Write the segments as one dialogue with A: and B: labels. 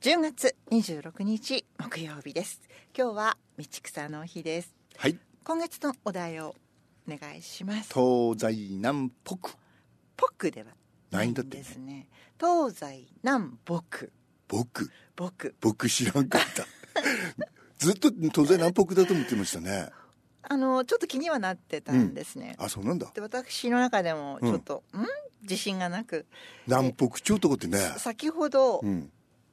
A: 10月26日木曜日です今日は道草の日です
B: はい
A: 今月のお題をお願いします
B: 東西南北
A: ポックではないん
B: ないんだってね
A: ですね東西南北
B: 僕
A: 僕
B: 僕知らんかった ずっと東西南北だと思ってましたね
A: あのちょっと気にはなってたんですね、
B: あそうなんだ
A: で私の中でもちょっと、ん、自信がなく
B: 南北朝とかってね
A: 先ほど
B: うん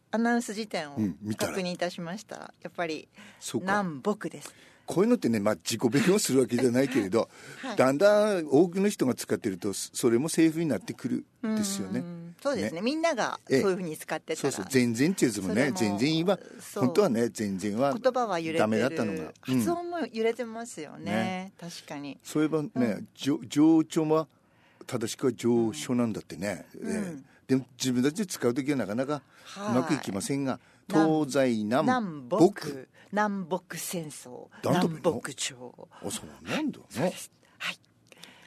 A: アナウンス辞典を
B: うん見たら
A: 確認いたしましたらやっぱり
B: そうか
A: 南北です
B: こういうのってねまあ自己弁をするわけじゃないけれど、
A: はい
B: だんだん多くの人が使ってるとそそれもセーフになってくるんですよね
A: うんそうですねみんながそう
B: ええ
A: いうふうに使ってた
B: そ
A: ら
B: うそう全然っていうやつも
A: そ
B: ね
A: れも
B: 全然は
A: そう
B: 本当はね全然は
A: 言葉は揺れてる
B: ダメだったのが、うん
A: 発音も揺れてますよね確かに
B: そういえばね、上上長は正しくは上書なんだってね、
A: ん
B: ええでも自分たちで使う時はなかなか
A: はいう
B: まくいきませんが
A: 南
B: 東西南
A: 南
B: 北
A: 北南北戦争
B: な
A: 南
B: んとも言うの
A: 北朝
B: あそうなんだ
A: そう
B: ね
A: ですはい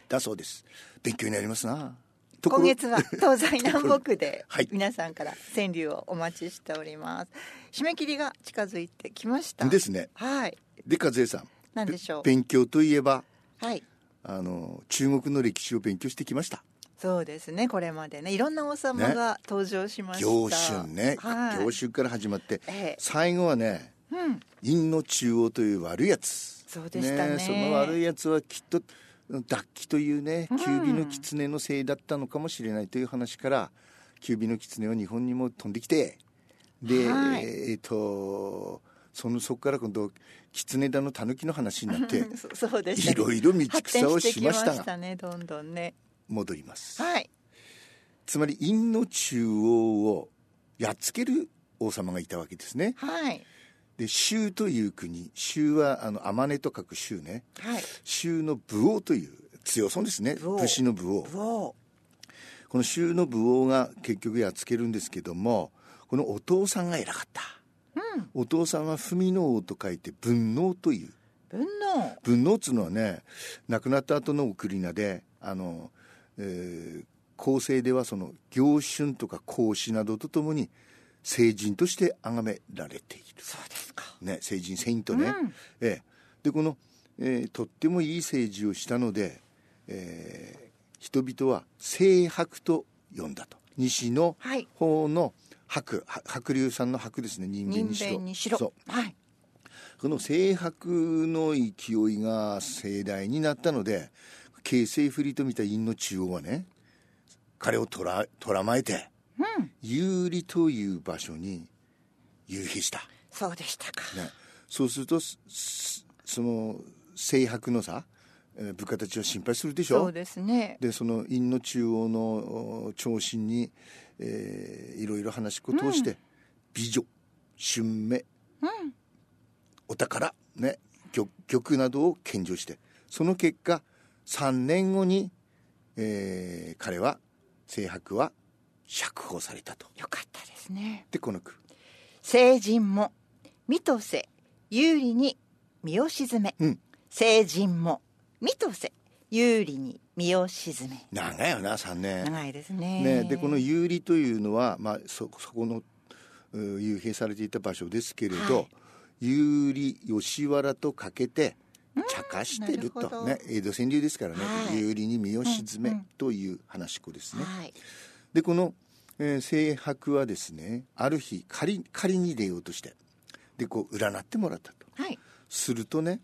B: だそうです勉強になりますなところ
A: 今月は東西南北で
B: はい
A: 皆さんから川柳をお待ちしております締め切りが近づいてきました
B: ですね
A: はい
B: で和江さん
A: 何でしょう
B: べ勉強といえば
A: はい
B: あの中国の歴史を勉強してきました
A: そうですねこれまでねいろんな王様
B: ね
A: が登場しました、
B: 行春ね、
A: はい、
B: 行春から始まって、
A: ええ
B: 最後はね
A: うん
B: 陰の中央という悪いやつ
A: そうでしたね
B: その悪いやつはきっと脱気というね
A: うん
B: 九尾の狐のせいだったのかもしれないという話から九尾の狐は日本にも飛んできてで、
A: はい
B: えっ、とそのそこから今度狐だの狸の話に なって
A: うんそそうでしたね
B: いろいろ道
A: 発展
B: 草を
A: してき
B: しま
A: ま
B: した
A: し
B: が
A: たねどんどんね
B: 戻ります、
A: はい
B: つまり陰の中央をやっつける王様がいたわけですね
A: はい
B: で州という国州はあの天音と書く州ね
A: はい
B: 州の武王という強そうですね
A: 武王
B: 武士の武王
A: うお
B: この州の武王が結局やっつけるんですけどもこのお父さんが偉かった、お父さんは文の王と書いて文王という
A: 分の
B: 文王っつうのはね亡くなった後の送り名であの、えー後世ではその行春とか孔子などとともに聖人として崇められている
A: そうですか
B: ね、成人セイントね、
A: うん
B: ええ、でこの、えーとってもいい政治をしたので、えー人々は清白と呼んだと西の
A: はい
B: 方の白、は白龍さんの白ですね人
A: 人
B: 間にしろ
A: 間にしろ
B: そう
A: はい
B: この清白の勢いが盛大になったので形勢不利と見た院の中央はね彼を捕ら捕らまえて、有利という場所に幽閉した。
A: そうでしたか、
B: ね、そうするとすすその制白のさえー部下たちは心配するでしょ
A: そうですね
B: でその院の中央のお長身に、えーいろいろ話しことをして、美女春明、お宝ね玉玉などを献上してその結果3年後に、えー彼は清白は釈放されたと
A: よかったですね
B: でこの句
A: 成人も見とせ有利に身を沈め、
B: うん
A: 成人も見とせ有利に身を沈め
B: 長いよな3年
A: 長いですね
B: ね、でこの有利というのは、まあ、そそこのう幽閉されていた場所ですけれど、
A: はい
B: 有利吉原とかけて茶化してる
A: な
B: と
A: るほど
B: ね江戸川柳ですからね、
A: はい
B: 有利に身を沈
A: うんう
B: め
A: ん
B: という話し子ですね。
A: はい
B: でこの、えー清白はですねある日仮仮に出ようとしてでこう占ってもらったと。
A: はい
B: するとね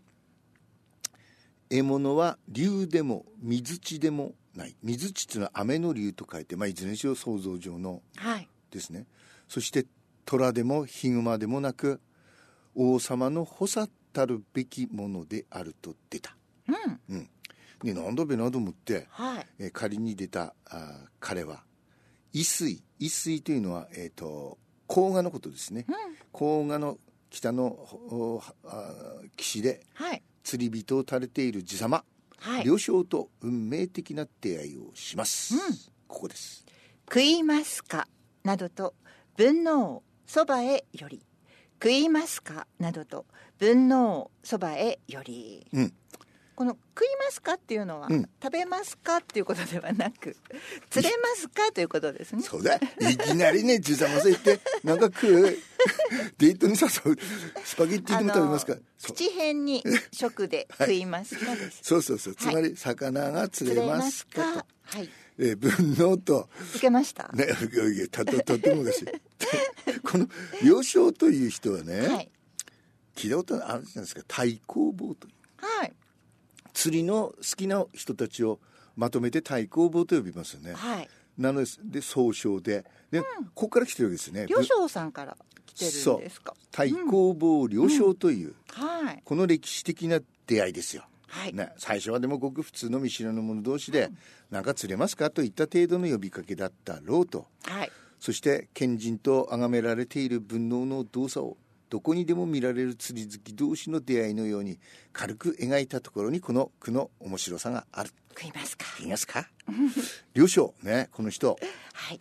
B: 獲物は竜でも水地でもない水地っていうのは雨の竜と書いて、まあ、いずれにしろ想像上の
A: はい
B: ですねそして虎でもヒグマでもなく王様の補佐たるべきものであると出た。
A: うん
B: でなんだべなと思って、
A: はい
B: えー仮に出たあー彼は衣水衣水というのは、えー、と黄河のことですね、黄河の北のほあー岸で
A: はい
B: 釣り人を垂れている爺様、
A: はい
B: 両将と運命的な出会いをします、
A: うん
B: ここです
A: 食いますかなどと文能そばへより食いますかなどと文能そばへより
B: うん
A: この「食いますか?」っていうのは、
B: うん
A: 食べますかっていうことではなく釣れますかということですね。
B: そうだいきなりね 中さんまさ行ってなんか食う デートに誘うスパゲッティでも食べますか
A: あの
B: そう
A: 口辺に食で食いますかです。
B: そうそうそうつまり魚が 釣れますかと、
A: はい。
B: えー文能と
A: 受けました。
B: ね、いやいやたととてもだし この幼少という人はね、
A: はい。
B: 聞いたことあるじゃないですか太公棒という
A: はい。
B: 釣りの好きな人たちをまとめて太公棒と呼びますよね
A: はい。
B: なのですで総称でで、ここから来てるわけですね
A: 両将さんから来てるんですか。
B: 太公棒両称という、
A: はい。
B: この歴史的な出会いですよ、
A: はい。
B: ね、最初はでもごく普通の見知らぬ者同士で、なんか釣れますかといった程度の呼びかけだったろうと
A: はい。
B: そして賢人と崇められている文能の動作をどこにでも見られる釣り好き同士の出会いのように軽く描いたところにこの句の面白さがある
A: 食いますか。
B: 言いますか両将ねこの人
A: はい。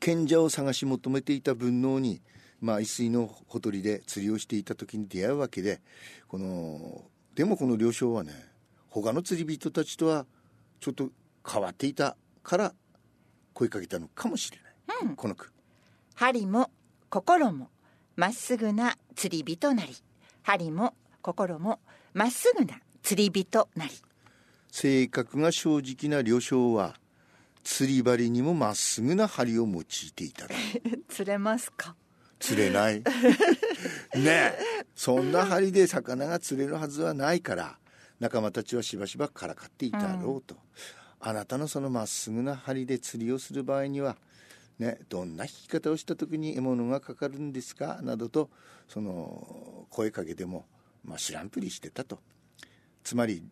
B: 賢者を探し求めていた文能に、まあ、一水のほとりで釣りをしていた時に出会うわけでこのでもこの両将はね他の釣り人たちとはちょっと変わっていたから声かけたのかもしれない、この句
A: 針も心もまっすぐな釣り人なり。針も心もまっすぐな釣り人なり。
B: 性格が正直な両将は釣り針にもまっすぐな針を用いていたと
A: 釣れますか。
B: 釣れない ねえそんな針で魚が釣れるはずはないから仲間たちはしばしばからかっていたろうと、あなたのそのまっすぐな針で釣りをする場合にはね、どんな引き方をした時に獲物がかかるんですかなどとその声かけでも、まあ、知らんぷりしてたとつまり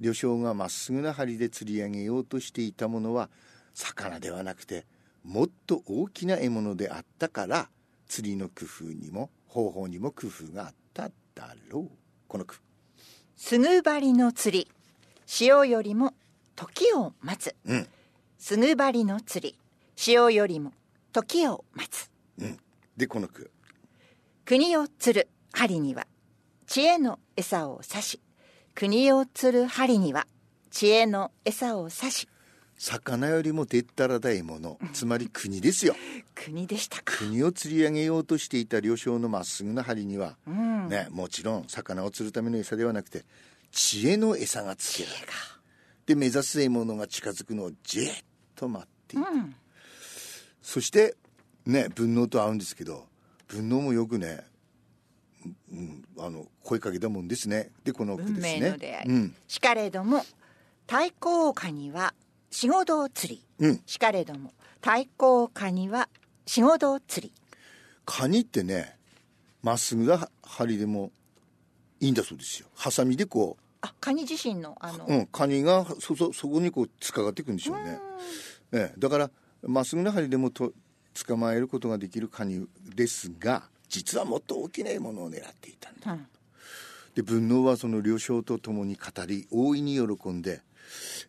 B: 旅匠がまっすぐな針で釣り上げようとしていたものは魚ではなくてもっと大きな獲物であったから釣りの工夫にも方法にも工夫があっただろうこの句
A: すぐ針の釣り。潮よりも時を待つ。
B: うん
A: すぐ針の釣り。潮よりも時を待つ。
B: でこの句
A: 国を釣る針には知恵の餌を刺し国を釣る針には知恵の餌を刺し
B: 魚よりもでったらだいものつまり国ですよ
A: 国でしたか、
B: 国を釣り上げようとしていた両将のまっすぐな針には、
A: うん、
B: ね、もちろん魚を釣るための餌ではなくて知恵の餌がつけられ
A: 知恵
B: たで目指す獲物が近づくのをじーっと待っていた、
A: うん
B: そしてね文能と合うんですけど文能もよくね、うん、あの声かけたもんですねでこの句です
A: 運
B: ね
A: 命の出会い、
B: うん
A: しかれども太閤蟹には仕事を釣り、
B: うん
A: しかれども太閤蟹には仕事を釣り
B: カニってねまっすぐな針でもいいんだそうですよハサミでこう
A: あカニ自身のあの、
B: うん、カニがそそそこにこうかがっていくんでしょうね。ええ、だからまっすぐな針でもと捕まえることができるカニですが実はもっと大きな獲物を狙っていたんだ。
A: うん
B: で文能はその両将と共に語り大いに喜んで、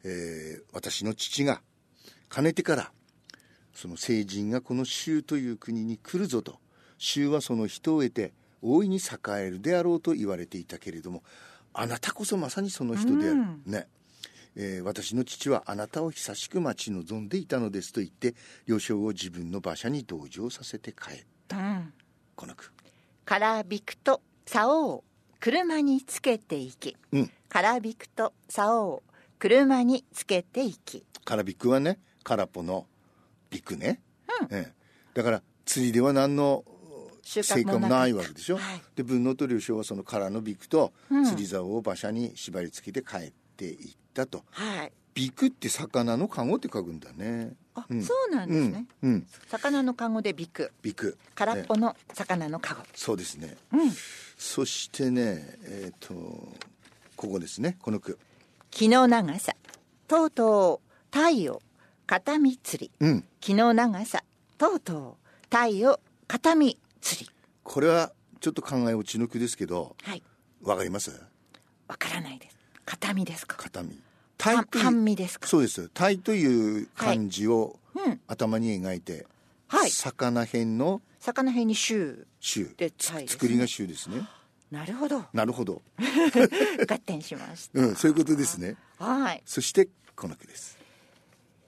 B: えー私の父がかねてからその聖人がこの州という国に来るぞと州はその人を得て大いに栄えるであろうと言われていたけれどもあなたこそまさにその人で
A: う
B: ある、
A: ん
B: ね、えー私の父はあなたを久しく待ち望んでいたのですと言って両将を自分の馬車に同乗させて帰る
A: うん
B: この句
A: からびくと竿を車につけていき、
B: うん
A: からびくと竿を車につけていき
B: 空びくはね空っぽのびくね、ええだから釣りでは何の
A: 収
B: 成
A: 穫
B: 果
A: も
B: も
A: なかった
B: ないわけでしょ、
A: はい
B: で文能と両将はその空のびくと
A: うん
B: 釣り竿を馬車に縛り付けて帰っていったと
A: はい
B: びくって魚の籠って書くんだね
A: あ、
B: うん
A: そうなんですね、
B: うんうん
A: 魚のカゴでビク
B: びく
A: 空っぽ
B: ええ
A: の魚のカゴ、
B: そうですね
A: うん、
B: そしてねえっ、とここですねこの句
A: 気の長さとうとう鯛を片身釣り
B: うん
A: 気の長さとうとう鯛を片身釣り
B: これはちょっと考え落ちの句ですけど
A: はい
B: わかります
A: わからないです片身ですか
B: 片身
A: 半
B: タイプ
A: 半身ですか
B: そうです「鯛」という漢字を
A: うん
B: 頭に描いて、
A: はい
B: 魚編の
A: 魚辺にシュー
B: 「衆」
A: で鯛ですね
B: 作りが「衆」ですね
A: なるほど
B: なるほど、
A: 合点しました
B: うん、そういうことですね
A: はい
B: そしてこの句です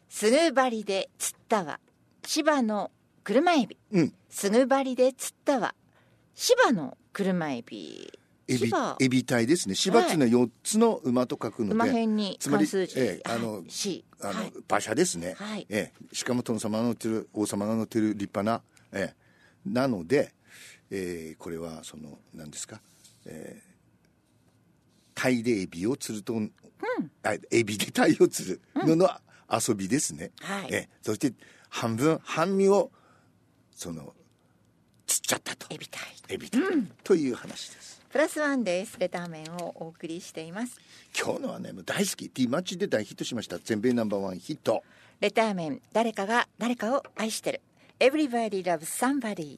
A: すぐ針で釣ったわ芝の車エビ
B: うん
A: すぐ針で釣ったわ芝の車エビ
B: エビ
A: 芝
B: エビ体ですね芝っていうのは4つの馬と書くので、
A: 馬編に
B: つまり
A: 関数字、
B: ええあの
A: はい C
B: あの、
A: はい
B: 馬車ですね、
A: はい
B: ええ、しかも殿様が乗ってる王様が乗ってる立派な、ええ、なので、ええ、これはその何ですか、ええ、鯛でエビを釣ると、あエビで鯛を釣るのの遊びですね、
A: はい
B: ええ、そして半分半身をその釣っちゃったと
A: エビ体
B: エビだ、という話です。
A: プラスワンですレター面をお送りしています
B: 今日のはねもう大好き D マッチで大ヒットしました全米ナンバーワンヒット
A: レター面誰かが誰かを愛してる Everybody loves somebody